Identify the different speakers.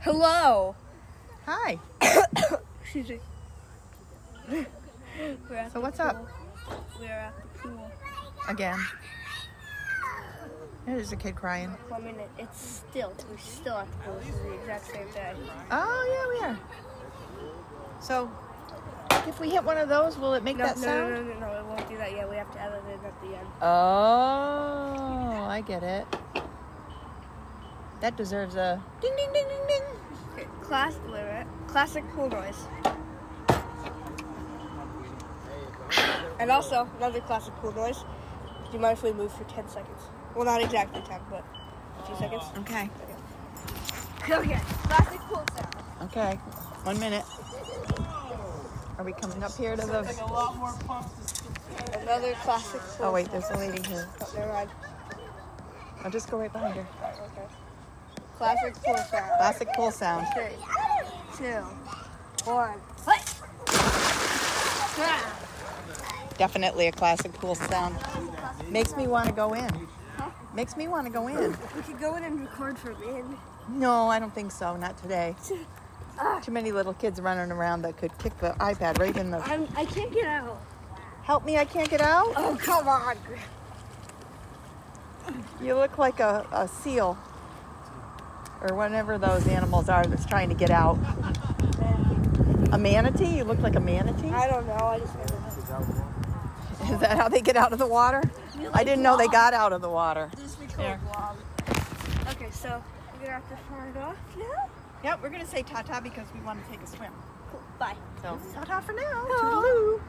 Speaker 1: Hello.
Speaker 2: Hi.
Speaker 1: Excuse me. We're at
Speaker 2: So
Speaker 1: the
Speaker 2: what's up?
Speaker 1: pool. We're at the pool.
Speaker 2: Again. There's a kid crying.
Speaker 1: One minute. It's still. We're still at the pool. This is the exact same day.
Speaker 2: Oh yeah, we are. So, if we hit one of those, will it make
Speaker 1: No,
Speaker 2: that
Speaker 1: no,
Speaker 2: sound?
Speaker 1: no, no, no, no. It won't do that yet. We have to edit it at the end.
Speaker 2: Oh, I get it. That deserves a ding ding ding ding ding.
Speaker 1: Okay. Class lyric. Classic pool noise. And also another classic pool noise. Do you mind if we move for ten seconds? Well, not exactly ten, but a few seconds.
Speaker 2: Okay.
Speaker 1: Okay. Classic pool sound.
Speaker 2: Okay. One minute. Are we coming up here to the?
Speaker 1: Another classic pool.
Speaker 2: Oh wait, there's a lady here.
Speaker 1: sound. Never mind.
Speaker 2: I'll just go right behind her.
Speaker 1: Okay. Classic pool sound.
Speaker 2: Classic pool sound.
Speaker 1: Three, two, one. Hey! Yeah.
Speaker 2: Definitely a classic pool sound. Makes me want to go in. Makes me want to go in.
Speaker 1: We could go in and record for me.
Speaker 2: No, I don't think so. Not today. Too many little kids running around that could kick the iPad right in the.
Speaker 1: I'm, I can't get out.
Speaker 2: Help me! I can't get out.
Speaker 1: Oh, come on.
Speaker 2: You look like a, a seal or whatever those animals are that's trying to get out. A manatee? You look like a manatee?
Speaker 1: I don't know. I just never know.
Speaker 2: Is that how they get out of the water? I didn't know they got out of the water.
Speaker 1: Just record vlog. Okay, so we're going to have to turn it off now.
Speaker 2: Yep, we're going to say ta ta because we want to take a swim.
Speaker 1: Cool. Bye.
Speaker 2: So, ta ta for now. Toodaloo.